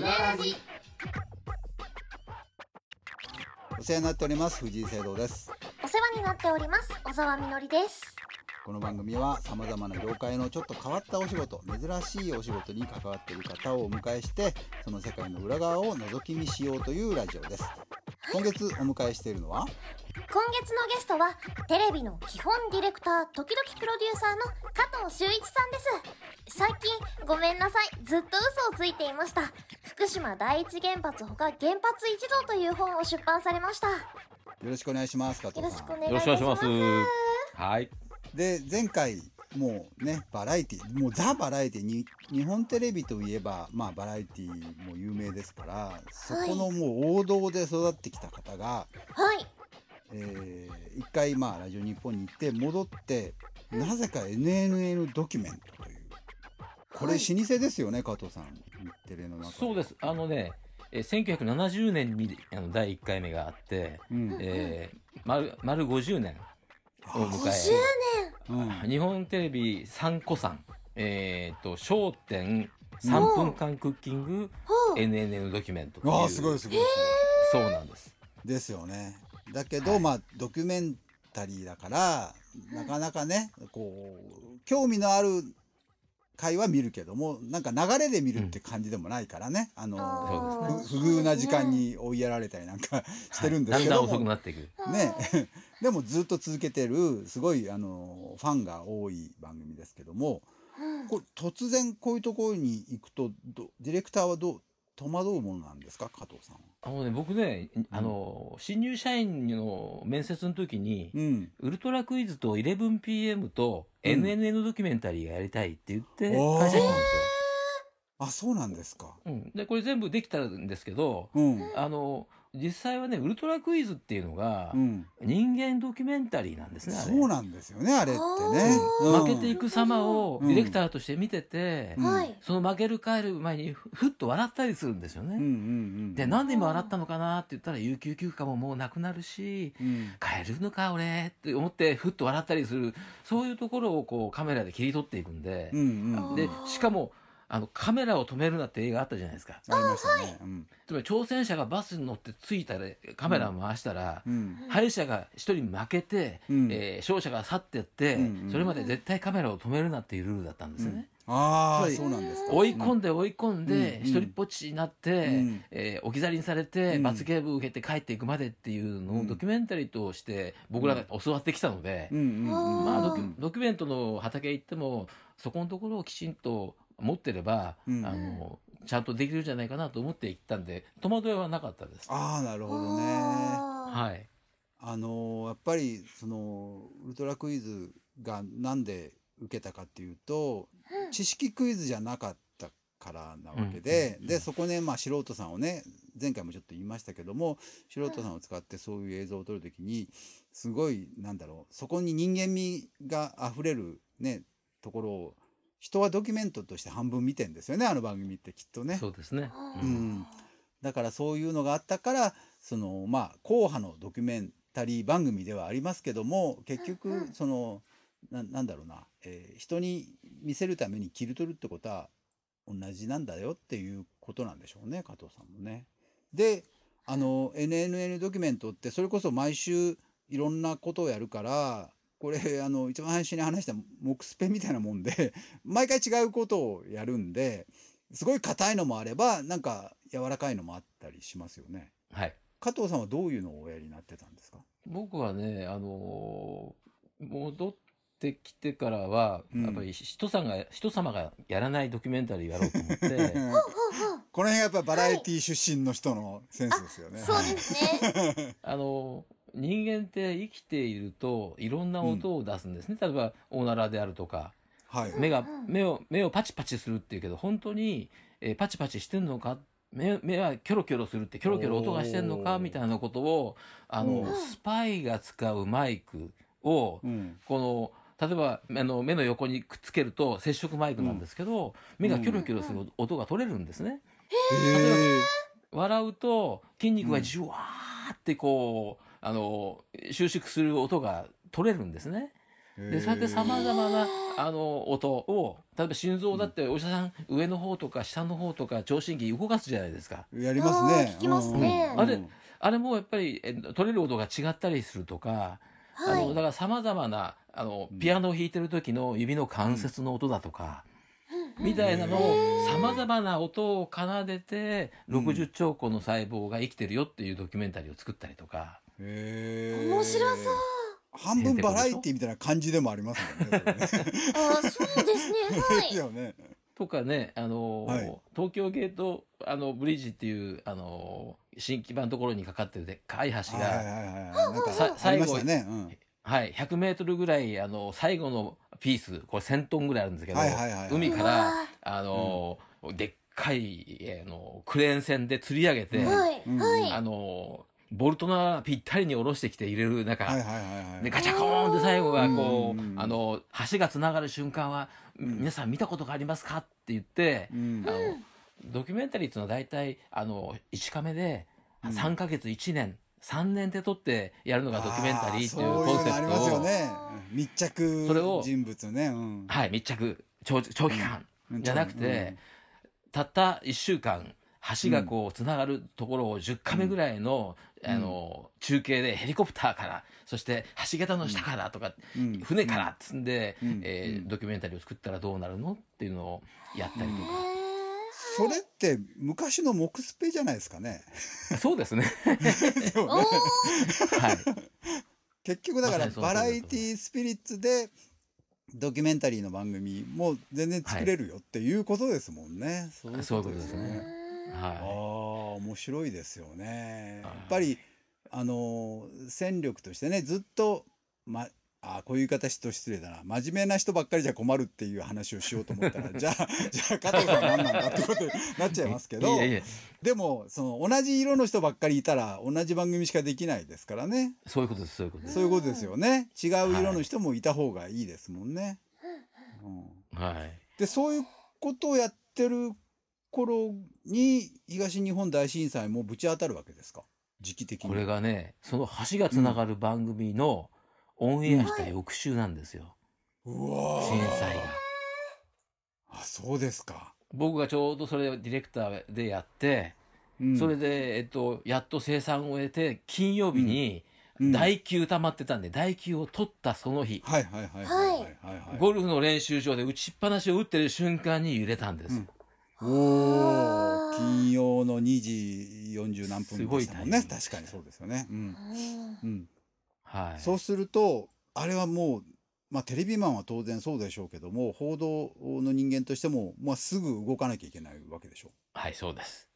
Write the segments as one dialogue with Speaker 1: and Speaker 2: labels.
Speaker 1: ラジ
Speaker 2: お世話になっております藤井聖堂です
Speaker 1: お世話になっております小沢みのりです
Speaker 2: この番組は様々な業界のちょっと変わったお仕事珍しいお仕事に関わっている方をお迎えしてその世界の裏側を覗き見しようというラジオです今月お迎えしているのは
Speaker 1: 今月のゲストはテレビの基本ディレクター時々プロデューサーの加藤修一さんです最近ごめんなさいずっと嘘をついていました福島第一原発ほか原発一同という本を出版されましたよ
Speaker 2: よろしくお願いします加藤
Speaker 1: ろし
Speaker 2: さ
Speaker 1: くお
Speaker 2: ん
Speaker 1: 願いい
Speaker 3: よろ
Speaker 1: た
Speaker 3: し
Speaker 1: し
Speaker 3: くお願
Speaker 1: ま
Speaker 3: い
Speaker 1: す
Speaker 3: しますはい。
Speaker 2: で前回もうねバラエティもうザ・バラエティに日本テレビといえばまあバラエティも有名ですからそこのもう王道で育ってきた方が、
Speaker 1: はい
Speaker 2: えー一回まあラジオ日本に行って戻ってなぜか NNN ドキュメントというこれ
Speaker 1: はい
Speaker 2: 老舗ですよね、加藤さん日テレの中
Speaker 3: そうです。あのね、えー1970年にあの第1回目があって、
Speaker 2: うん
Speaker 3: えー丸丸50年を迎
Speaker 1: 50
Speaker 2: うん
Speaker 3: え、日本テレビ3個さん、えー、と、焦点3分間クッキング
Speaker 1: ほう
Speaker 3: NNN ドキュメントっていう
Speaker 2: わあすごいすごいす
Speaker 3: そうなんです。
Speaker 2: ごいですよねだけど、まあドキュメンタリーだからなかなかねこう興味のある回は見るけどもなんか流れで見るって感じでもないからね、あの
Speaker 3: あ
Speaker 2: ふ不遇な時間に追いやられたりなんかしてるんで
Speaker 3: は
Speaker 2: す
Speaker 3: い
Speaker 2: け
Speaker 3: だんだ
Speaker 2: ども
Speaker 3: ん遅くなっていく。
Speaker 2: ねでもずっと続けてるすごいあのファンが多い番組ですけどもこれ突然こういうところに行くとどディレクターはどう戸惑うものなんですか加藤さんは。
Speaker 3: あのね、僕ね、あの、新入社員の面接の時に、
Speaker 2: うん、
Speaker 3: ウルトラクイズと 11PM と NNN ドキュメンタリーがやりたいって言って
Speaker 2: おー
Speaker 3: 会社に来たんですよ。
Speaker 2: あそうなんですか。
Speaker 3: うん、でこれ全部できたんですけど、
Speaker 2: うん
Speaker 3: あの実際はねウルトラクイズっていうのが
Speaker 2: うん、
Speaker 3: 人間ドキュメンタリーなんですねあれ
Speaker 2: そうなんですよねあれってね。
Speaker 1: あ
Speaker 2: うん
Speaker 3: 負けていく様を
Speaker 2: うん
Speaker 3: ディレクターとして見てて、
Speaker 2: うん
Speaker 1: はい
Speaker 3: その負ける帰る前にふふっと笑ったりするんですよね。
Speaker 2: うんうんうん、
Speaker 3: でなんで今笑ったのかなって言ったら有給休暇ももうなくなるし
Speaker 2: うん
Speaker 3: 帰るのか俺って思ってふっと笑ったりするそういうところをこうカメラで切り取っていくんで
Speaker 2: う、んうん、
Speaker 3: でしかもあのカメラを止めるなって映画あったじゃないですか。
Speaker 2: ありましたね。うん
Speaker 3: つまり挑戦者がバスに乗って着いたらカメラを回したら、
Speaker 2: うん
Speaker 3: 敗者が一人負けて、
Speaker 2: うん
Speaker 3: えー勝者が去ってって、
Speaker 2: うんうん
Speaker 3: それまで絶対カメラを止めるなっていうルールだったんですね、つ
Speaker 2: あ
Speaker 3: ま
Speaker 2: あ
Speaker 3: り
Speaker 2: そうなんですか。
Speaker 3: 追い込んで追い込んで、
Speaker 2: うん
Speaker 3: 一人っぽっちになって、
Speaker 2: うん
Speaker 3: えー置き去りにされ
Speaker 2: う
Speaker 3: て、
Speaker 2: ん
Speaker 3: 罰ゲームを受けて帰っていくまでっていうの
Speaker 2: う
Speaker 3: を
Speaker 2: ん
Speaker 3: ドキュメンタリーとして僕らが教わってきたので、
Speaker 2: うんうんうん、
Speaker 3: ま
Speaker 1: あ
Speaker 3: あ、
Speaker 1: ー
Speaker 3: ドキュドキュメントの畑行ってもそこのところをきちんと持ってれば、
Speaker 2: うん
Speaker 3: あのちゃんとできるんじゃないかなと思って行ったんで戸惑いはなかったです。
Speaker 2: ああなるほどね。
Speaker 1: は
Speaker 3: はい、
Speaker 2: あのーやっぱりそのウルトラクイズがなんで受けたかっていうと、知識クイズじゃなかったからなわけで、でそこで、まあ、素人さんをね前回もちょっと言いましたけども素人さんを使ってそういう映像を撮るときにすごいなんだろうそこに人間味があふれる、ね、ところを人はドキュメントとして半分見てんですよねあの番組ってきっとね。
Speaker 3: そうですね。
Speaker 1: あ
Speaker 3: う
Speaker 2: うんん、だからそういうのがあったからそのまあ硬派のドキュメンタリー番組ではありますけども結局そのななんだろうな、えー人に見せるために切り取るってことは同じなんだよっていうことなんでしょうね加藤さんもね。であの NNN ドキュメントってそれこそ毎週いろんなことをやるからこれあの一番最初に話した木スペみたいなもんで毎回違うことをやるんですごい硬いのもあればなんか柔らかいのもあったりしますよね。
Speaker 3: はい。
Speaker 2: 加藤さんはどういうのをおやりになってたんですか
Speaker 3: 僕はね、あのー戻ってきてからは、
Speaker 2: うん
Speaker 3: やっぱり人さんが、人様がやらないドキュメンタリーやろうと思って、
Speaker 2: この辺がやっぱバラエティ出身の人のセンスですよね。
Speaker 1: そうですね
Speaker 3: あのー人間って生きているといろんな音を出すんですね。例えば、オナラであるとか、
Speaker 2: はい。
Speaker 3: 目が、目を、目をパチパチするっていうけど、本当に、えーパチパチしてんのか目、目はキョロキョロするって、キョロキョロ音がしてんの
Speaker 2: おー
Speaker 3: かみたいなことを、あ
Speaker 2: う
Speaker 3: の
Speaker 2: ん、
Speaker 3: スパイが使うマイクを、
Speaker 2: うん。
Speaker 3: この例えばあの目の横にくっつけると接触マイクなんですけど、目がキョロキョロする音が取れるんですね。
Speaker 2: へ
Speaker 3: 笑うと筋肉がジュワーってこう、あの収縮する音が取れるんですね。
Speaker 2: え。
Speaker 3: でそうやってさまざま
Speaker 1: へ
Speaker 3: な
Speaker 1: ー
Speaker 3: あの音を例えば心臓だってお医者さん、上の方とか下の方とか聴診器動かすじゃないですか
Speaker 2: やりますね
Speaker 1: あー聞きますね
Speaker 2: うんうん
Speaker 3: あれあれもやっぱりえ取れる音が違ったりするとか、
Speaker 1: は
Speaker 3: あの
Speaker 1: い
Speaker 3: だからさまざまなあの
Speaker 2: うん
Speaker 3: ピアノを弾いてる時の指の関節の音だとか、みたいなの
Speaker 2: へ
Speaker 3: を
Speaker 2: ー
Speaker 3: さまざまな音を奏でて
Speaker 2: うん
Speaker 3: 60兆個の細胞が生きてるよっていうドキュメンタリーを作ったりとか。
Speaker 2: へー
Speaker 1: 面白そう
Speaker 2: 半分バラエティみたいな感じでもありますもんねこれね
Speaker 1: あーそうですねは
Speaker 2: です
Speaker 1: い
Speaker 2: よね
Speaker 3: とかね、あのー
Speaker 2: はい
Speaker 3: 東京ゲートあのブリッジっていう、あのー新基盤のところにかかってるでっかい橋
Speaker 2: はいはい
Speaker 3: が、
Speaker 2: はいなん
Speaker 3: さ
Speaker 2: かありましたねうん
Speaker 3: はい、100メートルぐらい、あのー最後のピース、これ1000トンぐらいあるんですけど、
Speaker 2: はいはいはいはい
Speaker 3: 海か
Speaker 1: うわ
Speaker 3: ら、あのーでっかい、えーあのークレーン船で吊り上げて、
Speaker 2: うん
Speaker 1: はい
Speaker 2: うん
Speaker 1: は
Speaker 3: あ
Speaker 1: い
Speaker 3: のーボルトナーぴったりに下ろしてきて入れる中、
Speaker 2: はいはいはいはい
Speaker 3: でガチャコーンって最後はこ
Speaker 2: う
Speaker 3: う、
Speaker 2: ん
Speaker 3: あの橋がつながる瞬間は、
Speaker 2: ん
Speaker 3: 皆さん見たことがありますかって言って、
Speaker 2: うん
Speaker 3: あのドキュメンタリーっていうのは大体あの1カメで
Speaker 2: うん
Speaker 3: 3ヶ月1年、3年で撮ってやるのがドキュメンタリーっていう
Speaker 2: あ
Speaker 3: コ
Speaker 2: そ
Speaker 3: ン
Speaker 2: の
Speaker 3: セ
Speaker 2: あり
Speaker 3: プ
Speaker 2: ます
Speaker 3: ト
Speaker 2: よ
Speaker 3: を、
Speaker 2: ね密着
Speaker 3: それを
Speaker 2: 人物ねうん
Speaker 3: はい、密着長長期間
Speaker 2: うん
Speaker 3: じゃなくて、たった1週間橋がこうつながるところを10カメぐらいの,、
Speaker 2: うん
Speaker 3: あの中継でヘリコプターからそして橋桁の下からとか、
Speaker 2: うんうん
Speaker 3: 船からっつんで、
Speaker 2: うん
Speaker 3: えー
Speaker 2: うん
Speaker 3: ドキュメンタリーを作ったらどうなるのっていうのをやったりとか、
Speaker 1: へ
Speaker 2: それって昔の木スペじゃないですか ね
Speaker 3: そうですね
Speaker 2: でも
Speaker 1: ーお
Speaker 2: ね
Speaker 1: ー
Speaker 3: はい
Speaker 2: 結局だから
Speaker 3: まさにそうそ
Speaker 2: バ
Speaker 3: う
Speaker 2: ラエティスピリッツでドキュメンタリーの番組も全然作れるよっていうことですもんね。
Speaker 3: そういうことですね
Speaker 2: ああ
Speaker 3: は
Speaker 2: 面白いですよね。や
Speaker 3: はい
Speaker 2: っぱりあの戦力としてねずっと、ま、あこういう言い方しと失礼だな真面目な人ばっかりじゃ困るっていう話をしようと思 ったらじゃあじゃあ加藤さん何なんだってことになっちゃいますけ
Speaker 3: い。
Speaker 2: ど
Speaker 3: いえいえ
Speaker 2: でもその同じ色の人ばっかりいたら同じ番組しかできないですからね。
Speaker 3: そういうことですそういうことです。
Speaker 2: そういうことですよね。違う色の人もいた方がいいですもんね。うん、
Speaker 3: はい。
Speaker 2: で、そういうことをやってる頃に東日本大震災もぶち当たるわけですか。時期的に。
Speaker 3: これがねその橋がつながる番組のオンエアした翌週なんですよ、
Speaker 2: うわー
Speaker 3: 震災が。
Speaker 2: あ、そうですか。
Speaker 3: 僕がちょうどそれをディレクターでやって、
Speaker 2: うん
Speaker 3: それで、えっと、やっと生産を終えて金曜日に
Speaker 2: うん
Speaker 3: 代休溜まってたんで、代休を取ったその日、
Speaker 2: はいはいはいはいはいはいはい。
Speaker 3: ゴルフの練習場で打ちっぱなしを打ってる瞬間に揺れたんです、
Speaker 2: うんおお、金曜の2時40何分でしたもんね。
Speaker 3: すごいタイミン
Speaker 2: 確
Speaker 3: グ
Speaker 2: かにそうですよね。うん。
Speaker 1: うん
Speaker 2: うん。
Speaker 3: はい
Speaker 2: そうするとあれはもう、まあ、テレビマンは当然そうでしょうけども報道の人間としても、まあ、すぐ動かなきゃいけないわけでしょ
Speaker 3: はいそうです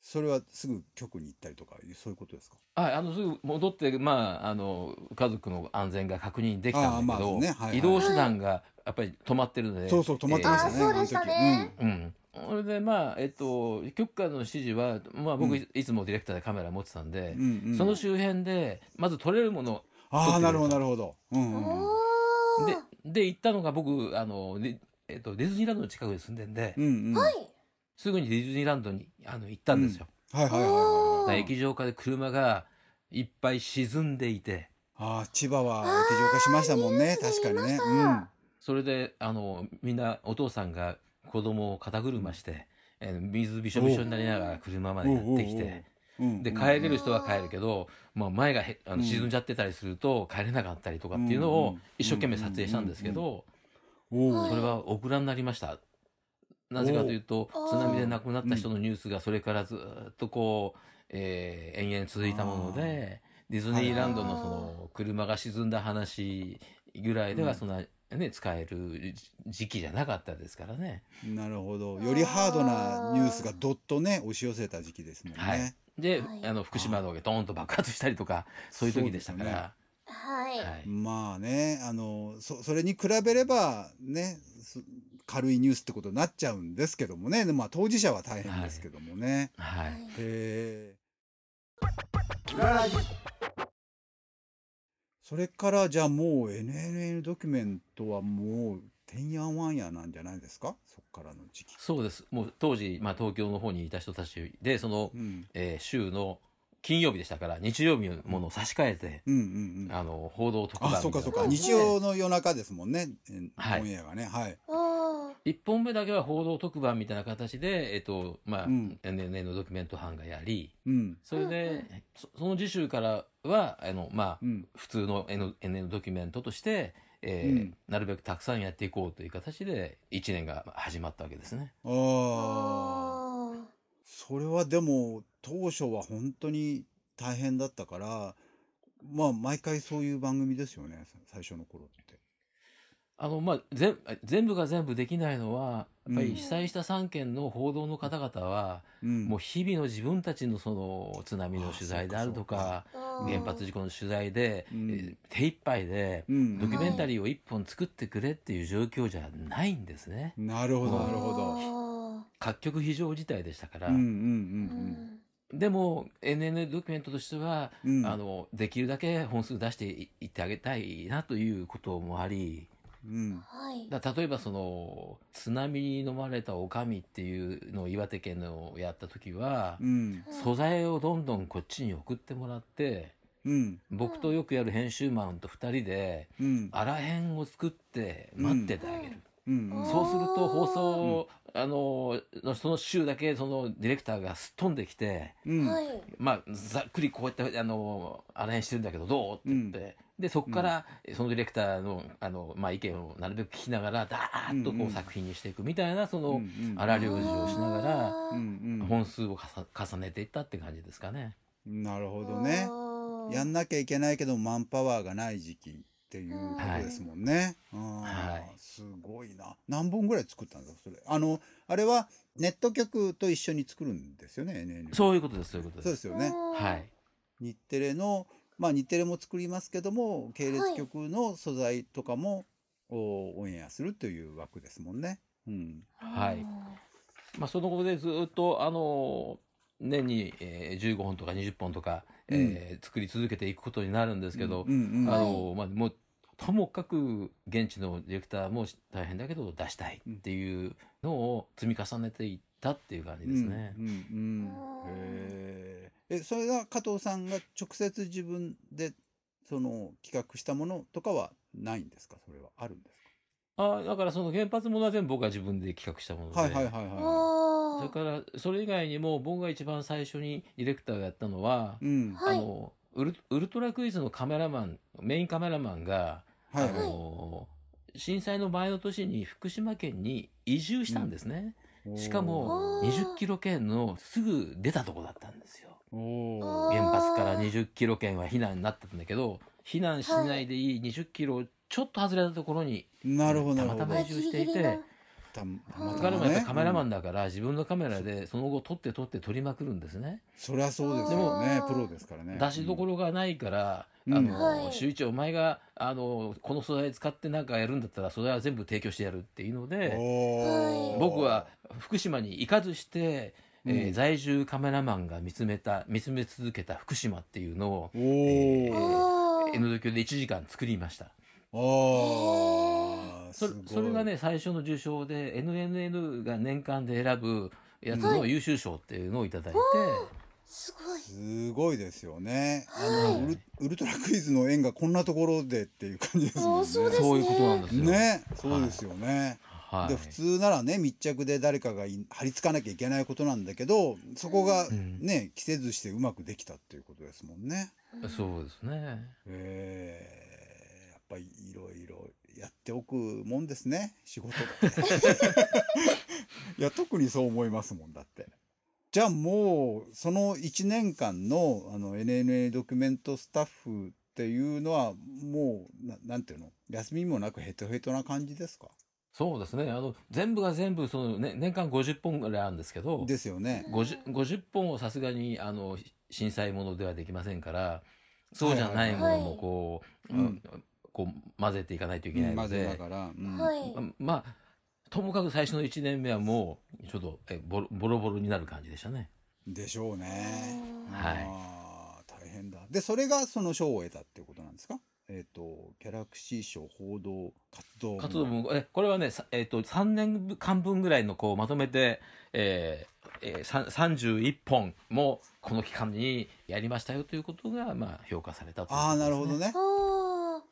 Speaker 2: それはすぐ局に行ったりとかそういうことですか
Speaker 3: はい、あのすぐ戻って、まあ、あの家族の安全が確認できたんだけ
Speaker 2: あーま
Speaker 3: ど、
Speaker 2: あねはいはい
Speaker 3: 移動手段がやっぱり止まってるので、
Speaker 2: そうそう止まってましたね、
Speaker 1: えーあーそうでしたね
Speaker 3: うん、それでまあえっと局下の指示は、まあ、僕、
Speaker 2: うん
Speaker 3: いつもディレクターでカメラ持ってたんで
Speaker 2: あの時、うんうんうん
Speaker 3: その周辺でまず撮れるもの
Speaker 2: ああなるほどなるほど、うんうんうん
Speaker 1: おー
Speaker 3: でで行ったのが僕あの、でえっと、ディズニーランドの近くで住んでんで、
Speaker 2: うんうん、は
Speaker 1: はいい
Speaker 3: すぐにディズニーランドにあの行ったんですよ。
Speaker 2: はいはいはい
Speaker 1: うん
Speaker 3: だ
Speaker 2: は
Speaker 3: から
Speaker 2: い
Speaker 3: 液状化で車がいっぱい沈んでいて
Speaker 2: ああ千葉は液状化しましたもんね
Speaker 1: あー
Speaker 2: 確かに
Speaker 1: ニュース
Speaker 2: ね
Speaker 1: で見ました
Speaker 2: うん
Speaker 3: それであのみんなお父さんが子供を肩車して、えー水びしょびしょになりながら車までやってき
Speaker 2: おうおうおう
Speaker 3: て
Speaker 2: うん
Speaker 3: で
Speaker 2: うん
Speaker 3: 帰れる人は帰るけど、まあ、前がへあの沈んじゃってたりすると帰れなかったりとかっていうの
Speaker 2: う
Speaker 3: を
Speaker 2: ん
Speaker 3: 一生懸命撮影したんですけ
Speaker 2: うん
Speaker 3: ど
Speaker 2: おう
Speaker 1: うん
Speaker 3: それはオクラになりました。なぜかというと
Speaker 1: お
Speaker 3: 津波で亡くなった人のニュースがそれからずっとこう、えー延々続いたものでディズニーランドのその車が沈んだ話ぐらいで
Speaker 2: う
Speaker 3: は
Speaker 2: ん
Speaker 3: そんな、ね、使える時期じゃなかったですからね。
Speaker 2: なるほどよりハードなニュースがどっとね押し寄せた時期ですもんね、
Speaker 3: はいで、
Speaker 1: はい
Speaker 3: あの福島のドーンと爆発したりとかそういう時でしたから。
Speaker 1: はい
Speaker 3: はい
Speaker 2: まあねあのそそれに比べればねそ軽いニュースってことになっちゃうんですけどもね、でまあ、当事者は大変ですけどもね。
Speaker 3: は
Speaker 1: はいい
Speaker 2: へーそれからじゃあもう NNN ドキュメントはもうてんやわんやなんじゃないですかそっからの時期。
Speaker 3: そうです。もう当時、まあ、東京の方にいた人たちで、その、
Speaker 2: うん
Speaker 3: えー週の金曜日でしたから日曜日のものを差し替えて、
Speaker 2: うんうんうん。
Speaker 3: あの報道特番み
Speaker 2: あ、
Speaker 3: たい
Speaker 2: そ
Speaker 3: な
Speaker 2: うかそうか。
Speaker 1: うん
Speaker 2: 日曜の夜中ですもんね。えー
Speaker 3: はい
Speaker 2: オンエアがね。はい。
Speaker 1: あ
Speaker 3: 1本目だけは報道特番みたいな形で、えっとまあ
Speaker 2: うん
Speaker 3: NNN のドキュメント班がやり
Speaker 2: うん。
Speaker 3: それ
Speaker 1: うんう
Speaker 3: でそその次週からはあの、まあ、
Speaker 2: うん。
Speaker 3: 普通の NNN ドキュメントとして、えー
Speaker 2: うん
Speaker 3: なるべくたくさんやっていこうという形で1年が始まったわけですね。
Speaker 1: あ
Speaker 2: ああ。それはでも、当初は本当に大変だったから、まあ、毎回そういう番組ですよね。さ最初の頃って。
Speaker 3: あのまあ、全全部が全部できないのはやっぱ
Speaker 2: うん
Speaker 3: り被災した3県の報道の方々は、
Speaker 2: うん。
Speaker 3: もう日々の自分たちのその津波の取材であるとか
Speaker 1: あ
Speaker 3: 原発事故の取材で、
Speaker 2: うん
Speaker 3: えー手一杯で
Speaker 2: う、ん。
Speaker 3: ドキュメンタリーを一本作ってくれっていう状況じゃないんですね。
Speaker 2: なるほど、
Speaker 3: うん
Speaker 2: なるほど。
Speaker 1: ど
Speaker 3: 各局非常事態でしたから。
Speaker 2: うんうん
Speaker 3: でも NN ドキュメントとしては、
Speaker 2: うんうん。うん
Speaker 3: あ、のできるだけ本数出していいってあげたいなということもあり
Speaker 2: うん。
Speaker 1: はい
Speaker 3: だ例えばその津波に飲まれたおかみっていうのを岩手県のやった時は
Speaker 2: う、ん。
Speaker 3: 素材をどんどんこっちに送ってもらって
Speaker 2: うん。
Speaker 3: 僕とよくやる編集マンと2人で
Speaker 2: うん。
Speaker 3: あらへんを作って待っててあ
Speaker 2: うん
Speaker 3: げる。
Speaker 1: うん
Speaker 3: そうすると放送、あののその週だけそのディレクターがすっ飛んできて、
Speaker 2: うん。。
Speaker 1: はいい
Speaker 3: まあ、ざっくりこうやってあのあれにしてるんだけどどうって言って、でそこからそのディレクターのあの、まあ、意見をなるべく聞きながらダーッと
Speaker 2: うん
Speaker 3: こ
Speaker 2: うん
Speaker 3: う作品にしていくみたいなその、
Speaker 2: うん
Speaker 3: 荒療治をしながら
Speaker 1: あ
Speaker 2: う
Speaker 1: ー
Speaker 2: んうん。
Speaker 3: 本数をかさ重ねていったって感じですかね。
Speaker 2: なるほどね。
Speaker 1: あー
Speaker 2: やんなきゃいけないけどマンパワーがない時期っていうことですもんね。うん
Speaker 3: はい
Speaker 2: すごいな。何本ぐらい作ったんだそれ。あのあれはネット局と一緒に作るんですよね。NNN
Speaker 3: そういうことですそういうこ
Speaker 2: そ
Speaker 3: と
Speaker 2: う
Speaker 3: で。
Speaker 2: ですすよね。
Speaker 3: はい、
Speaker 2: 日テレのまあ日テレも作りますけども系列局の素材とかも、おオンエアするという枠ですもんね。うん。
Speaker 3: はいまあ、その後でずっとあの年に、えー、15本とか20本とか、えー作り続けていくことになるんですけど、
Speaker 2: うんうん
Speaker 3: あのまあ、もうともかく現地のディレクターも大変だけど出したいっていうのを積み重ねていったっていう感じですね。
Speaker 2: うんうんうん
Speaker 1: あー
Speaker 2: へーえそれが加藤さんが直接自分でその企画したものとかはないんですかそれはあるんです
Speaker 3: あだからその原発ものは全部僕が自分で企画したもので、
Speaker 2: か、はいはいはいは
Speaker 1: あ
Speaker 3: それ
Speaker 1: ー
Speaker 3: からそれ以外にも僕が一番最初にディレクターをやったのは、
Speaker 2: い。うん
Speaker 1: はい
Speaker 3: あのウルウルトラクイズのカメラマンメインカメラマンが、
Speaker 2: はいは
Speaker 3: あ
Speaker 2: い。
Speaker 3: の震災の前の年に福島県に移住したんですね。
Speaker 2: おー
Speaker 3: しかも
Speaker 1: おー
Speaker 3: 20キロ圏のすぐ出たとこだったんですよ。
Speaker 2: お
Speaker 1: あ
Speaker 2: ー
Speaker 1: ー
Speaker 3: 原発から20キロ圏は避難になってたんだけど、避難しないでいい20キロちょっと外れたところに、
Speaker 2: なるほどなるほど。
Speaker 3: たまたま移住していて、
Speaker 2: たまた
Speaker 1: うん
Speaker 2: ま
Speaker 3: 彼もやっぱカメラマ
Speaker 2: ね
Speaker 3: ンだから自分のカメラでその後撮って撮って撮りまくるんですね。
Speaker 2: そりゃそうですよ
Speaker 1: で
Speaker 2: ね
Speaker 1: も
Speaker 2: プロですからね。
Speaker 3: 出しどこ
Speaker 2: ろ
Speaker 3: ろがないから、
Speaker 2: うん
Speaker 3: あ
Speaker 1: はい
Speaker 3: の、周一お前が、あの、この素材使ってなんかやるんだったら素材は全部提供してやるっていうので、
Speaker 1: はい
Speaker 3: 僕は福島に行かずして、えー在住カメラマンが見つめた見つめ続けた福島っていうのを
Speaker 2: おー
Speaker 3: え
Speaker 1: あ
Speaker 3: ー
Speaker 1: ー
Speaker 3: N ドキュで1時間作りました
Speaker 2: あー
Speaker 3: そ
Speaker 2: す
Speaker 3: れ
Speaker 2: ごい
Speaker 3: それがね最初の受賞で NNN が年間で選ぶやつの優秀賞っていうのをいただいて、
Speaker 1: すごい
Speaker 2: すごいですよね。あ
Speaker 1: はい
Speaker 2: のウルウルトラクイズの縁がこんなところでっていう感じですもん
Speaker 1: あー
Speaker 2: ね。
Speaker 1: そうですね
Speaker 3: そういうことなんですよ、
Speaker 2: ね、そうですよね。
Speaker 3: は
Speaker 2: で普通ならね密着で誰かがい張り付かなきゃいけないことなんだけどそこが
Speaker 3: うん
Speaker 2: ね、着せずしてうまくできたっていうことですもんね。
Speaker 3: い、そうですね
Speaker 2: えー、やっぱりいろいろやっておくもんですね仕事 って。いや特にそう思いますもんだって。じゃあもうその1年間のあの NNA ドキュメントスタッフっていうのはもうななんていうの休みもなくヘトヘトな感じですか
Speaker 3: そうですねあの全部が全部その、ね、年間50本ぐらいあるんですけど
Speaker 2: ですよね。
Speaker 3: 50, 50本をさすがにあの震災ものではできませんからそうじゃないものもこう,、
Speaker 2: はいはいはい
Speaker 3: こう混ぜていかないといけない
Speaker 2: ま
Speaker 3: の
Speaker 2: ずだ
Speaker 3: で、
Speaker 2: から、うん
Speaker 1: はい
Speaker 3: まあともかく最初の1年目はもうちょっとえボロボロボロになる感じでしたね。
Speaker 2: でしょうね。
Speaker 3: はい
Speaker 2: あー大変だ。でそれがその賞を得たっていうことなんですか。えっ、とギャラクシー賞報道活動
Speaker 3: 活動もえこれはね、さえっと3年間分ぐらいのこうまとめて、えーえー、さん31本もこの期間にやりましたよということが、まあ、評価されたという
Speaker 2: ああなる
Speaker 3: こ
Speaker 2: ほ
Speaker 3: と
Speaker 2: ど
Speaker 3: ですね。
Speaker 2: ね。
Speaker 1: おー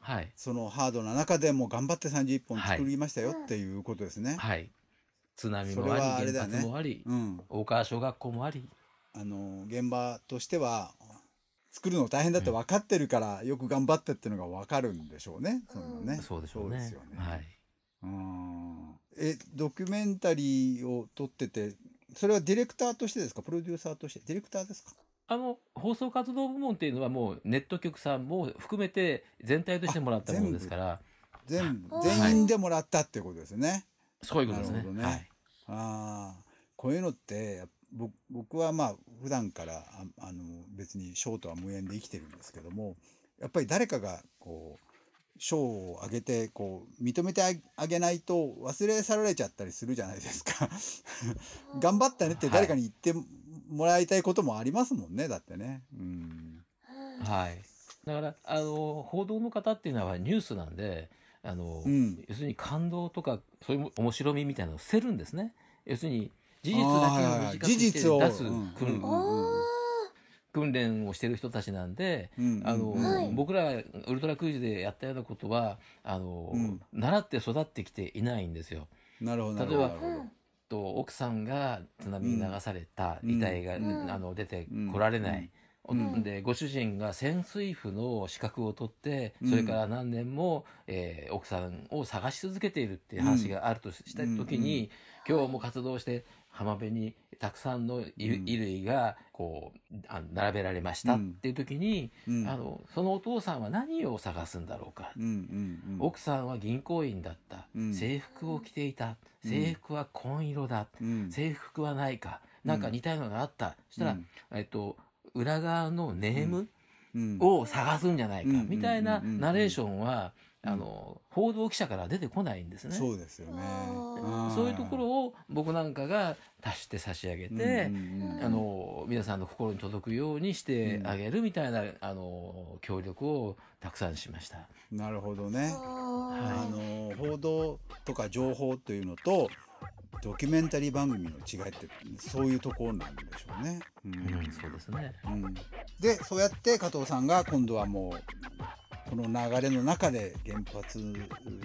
Speaker 3: はい。
Speaker 2: そのハードな中でも頑張って31本
Speaker 3: はい
Speaker 2: 作りましたよっていうことですね。
Speaker 3: はい。津波も
Speaker 2: そ
Speaker 3: あ
Speaker 2: れ
Speaker 3: り、
Speaker 2: はあれだよ
Speaker 3: 原
Speaker 2: ね
Speaker 3: 発もあり、
Speaker 2: うん、
Speaker 3: 大川小学校もあり、
Speaker 2: あの現場としては作るの大変だって分かってるから、よく頑張ってっていうのが分かるんでしょうね。そのね
Speaker 3: そうでしょうね。
Speaker 2: ですよね
Speaker 3: はい。
Speaker 2: うんえドキュメンタリーを撮っててそれはディレクターとしてですかプロデューサーとしてディレクターですか
Speaker 3: あの、放送活動部門っていうのはもうネット局さんも含めて全体としてもらったものですから、
Speaker 2: 全部
Speaker 1: はい
Speaker 2: 全員でもらったっていうことですね。
Speaker 3: そういうことですね
Speaker 2: なるほど。ね
Speaker 3: はい。
Speaker 2: ああこういうのってやっ僕僕はまあ普段からああの別に賞とは無縁で生きてるんですけどもやっぱり誰かがこう賞をあげてこう認めてああげないと忘れ去られちゃったりするじゃないですか頑張ったねって誰かに言ってもらいたいこともありますもんねだってね。うん
Speaker 1: うん
Speaker 3: はい。だから、あの、報道の方っていうのはニュースなんで、あの、
Speaker 2: うん
Speaker 3: 要するに感動とか、そういう面白みみたいなのを捨てるんですね。要するに、事実だけを短くして
Speaker 2: あーはいはい
Speaker 3: 出
Speaker 2: 事
Speaker 3: す
Speaker 2: 実をうん
Speaker 3: 訓
Speaker 2: うん
Speaker 1: おー
Speaker 3: 訓練をしてる人たちなんで、
Speaker 2: うん
Speaker 3: あの、
Speaker 2: うんうん
Speaker 1: はい
Speaker 3: 僕らウルトラクイズでやったようなことは、あの、
Speaker 2: うん
Speaker 3: 習って育ってきていないんですよ。
Speaker 2: なるほどなるほ
Speaker 3: 例
Speaker 2: ど
Speaker 3: え
Speaker 2: な
Speaker 3: ば
Speaker 2: るほ
Speaker 1: う
Speaker 2: ど
Speaker 1: ん
Speaker 3: と奥さんが津波に流された遺体が、
Speaker 1: うん
Speaker 3: あの出てこられない、
Speaker 2: うん
Speaker 1: うん
Speaker 3: でご主人が潜水婦の資格を取って、
Speaker 2: うん
Speaker 3: それから何年も、えー奥さんを探し続けているっていう話があるとしした時に、今日も活動して浜辺にたくさんの衣
Speaker 2: うん
Speaker 3: 衣類がこうあ並べられましたっていう時に、
Speaker 2: うん
Speaker 3: あのそのお父さんは何を探すんだろうか
Speaker 2: うんうんうん
Speaker 3: 奥さんは銀行員だった、
Speaker 2: うん
Speaker 3: 制服を着ていた
Speaker 2: うん
Speaker 3: 制服は紺色だ、
Speaker 2: うん
Speaker 3: 制服はないかなんか似たようなのがあった、そしたら、
Speaker 2: うん
Speaker 3: えっと、裏側のネーム
Speaker 2: うん
Speaker 3: を探すんじゃないか、
Speaker 2: うん
Speaker 3: みたいな
Speaker 2: うんうんうんうん
Speaker 3: ナレーションは、
Speaker 2: うん
Speaker 3: あの報道記者から出てこないんですね。
Speaker 2: そうですよね。
Speaker 1: あ
Speaker 3: そういうとこ
Speaker 2: を
Speaker 3: ろを僕なんかが足して差し上げて、
Speaker 1: うん
Speaker 3: あの皆さんの心に届くようにしてあげるみたいな、あの協力をたくさんしました。
Speaker 2: なるほどね。あ
Speaker 1: は
Speaker 2: の報道とか情報というのとドキュメンタリー番組の違いってそういうところなんでしょうね。うん
Speaker 3: うん、そうですね。
Speaker 2: うんでそうやって加藤さんが今度はもうこの流れの中で原発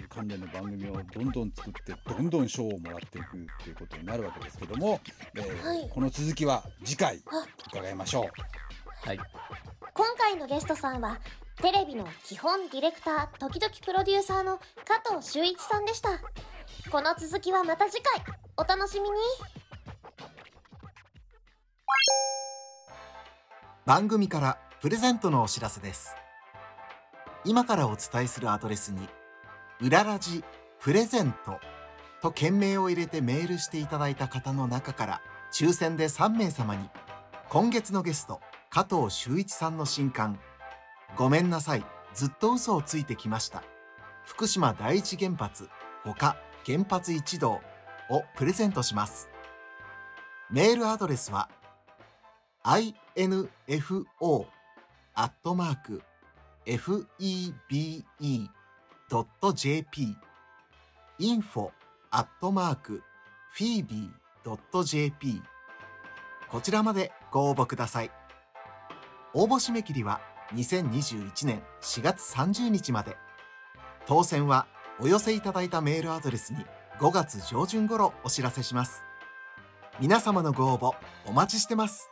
Speaker 2: 関連の番組をどんどん作ってどんどん賞をもらっていくっていうことになるわけですけども、えー
Speaker 1: はい
Speaker 2: この続きは次回伺いましょう。
Speaker 3: はい。
Speaker 1: 今回のゲストさんはテレビの基本ディレクター時々プロデューサーの加藤修一さんでしたこの続きはまた次回お楽しみに
Speaker 4: 番組からプレゼントのお知らせです今からお伝えするアドレスに「うららじプレゼント」と件名を入れてメールしていただいた方の中から抽選で3名様に今月のゲスト加藤修一さんの新刊「ごめんなさいずっと嘘をついてきました福島第一原発ほか原発一同」をプレゼントしますメールアドレスは「info アットマーク febe.jp info アットマーク phoebe.jp こちらまでご応募ください応募締め切りは2021年4月30日まで当選はお寄せいただいたメールアドレスに5月上旬頃お知らせします皆様のご応募お待ちしてます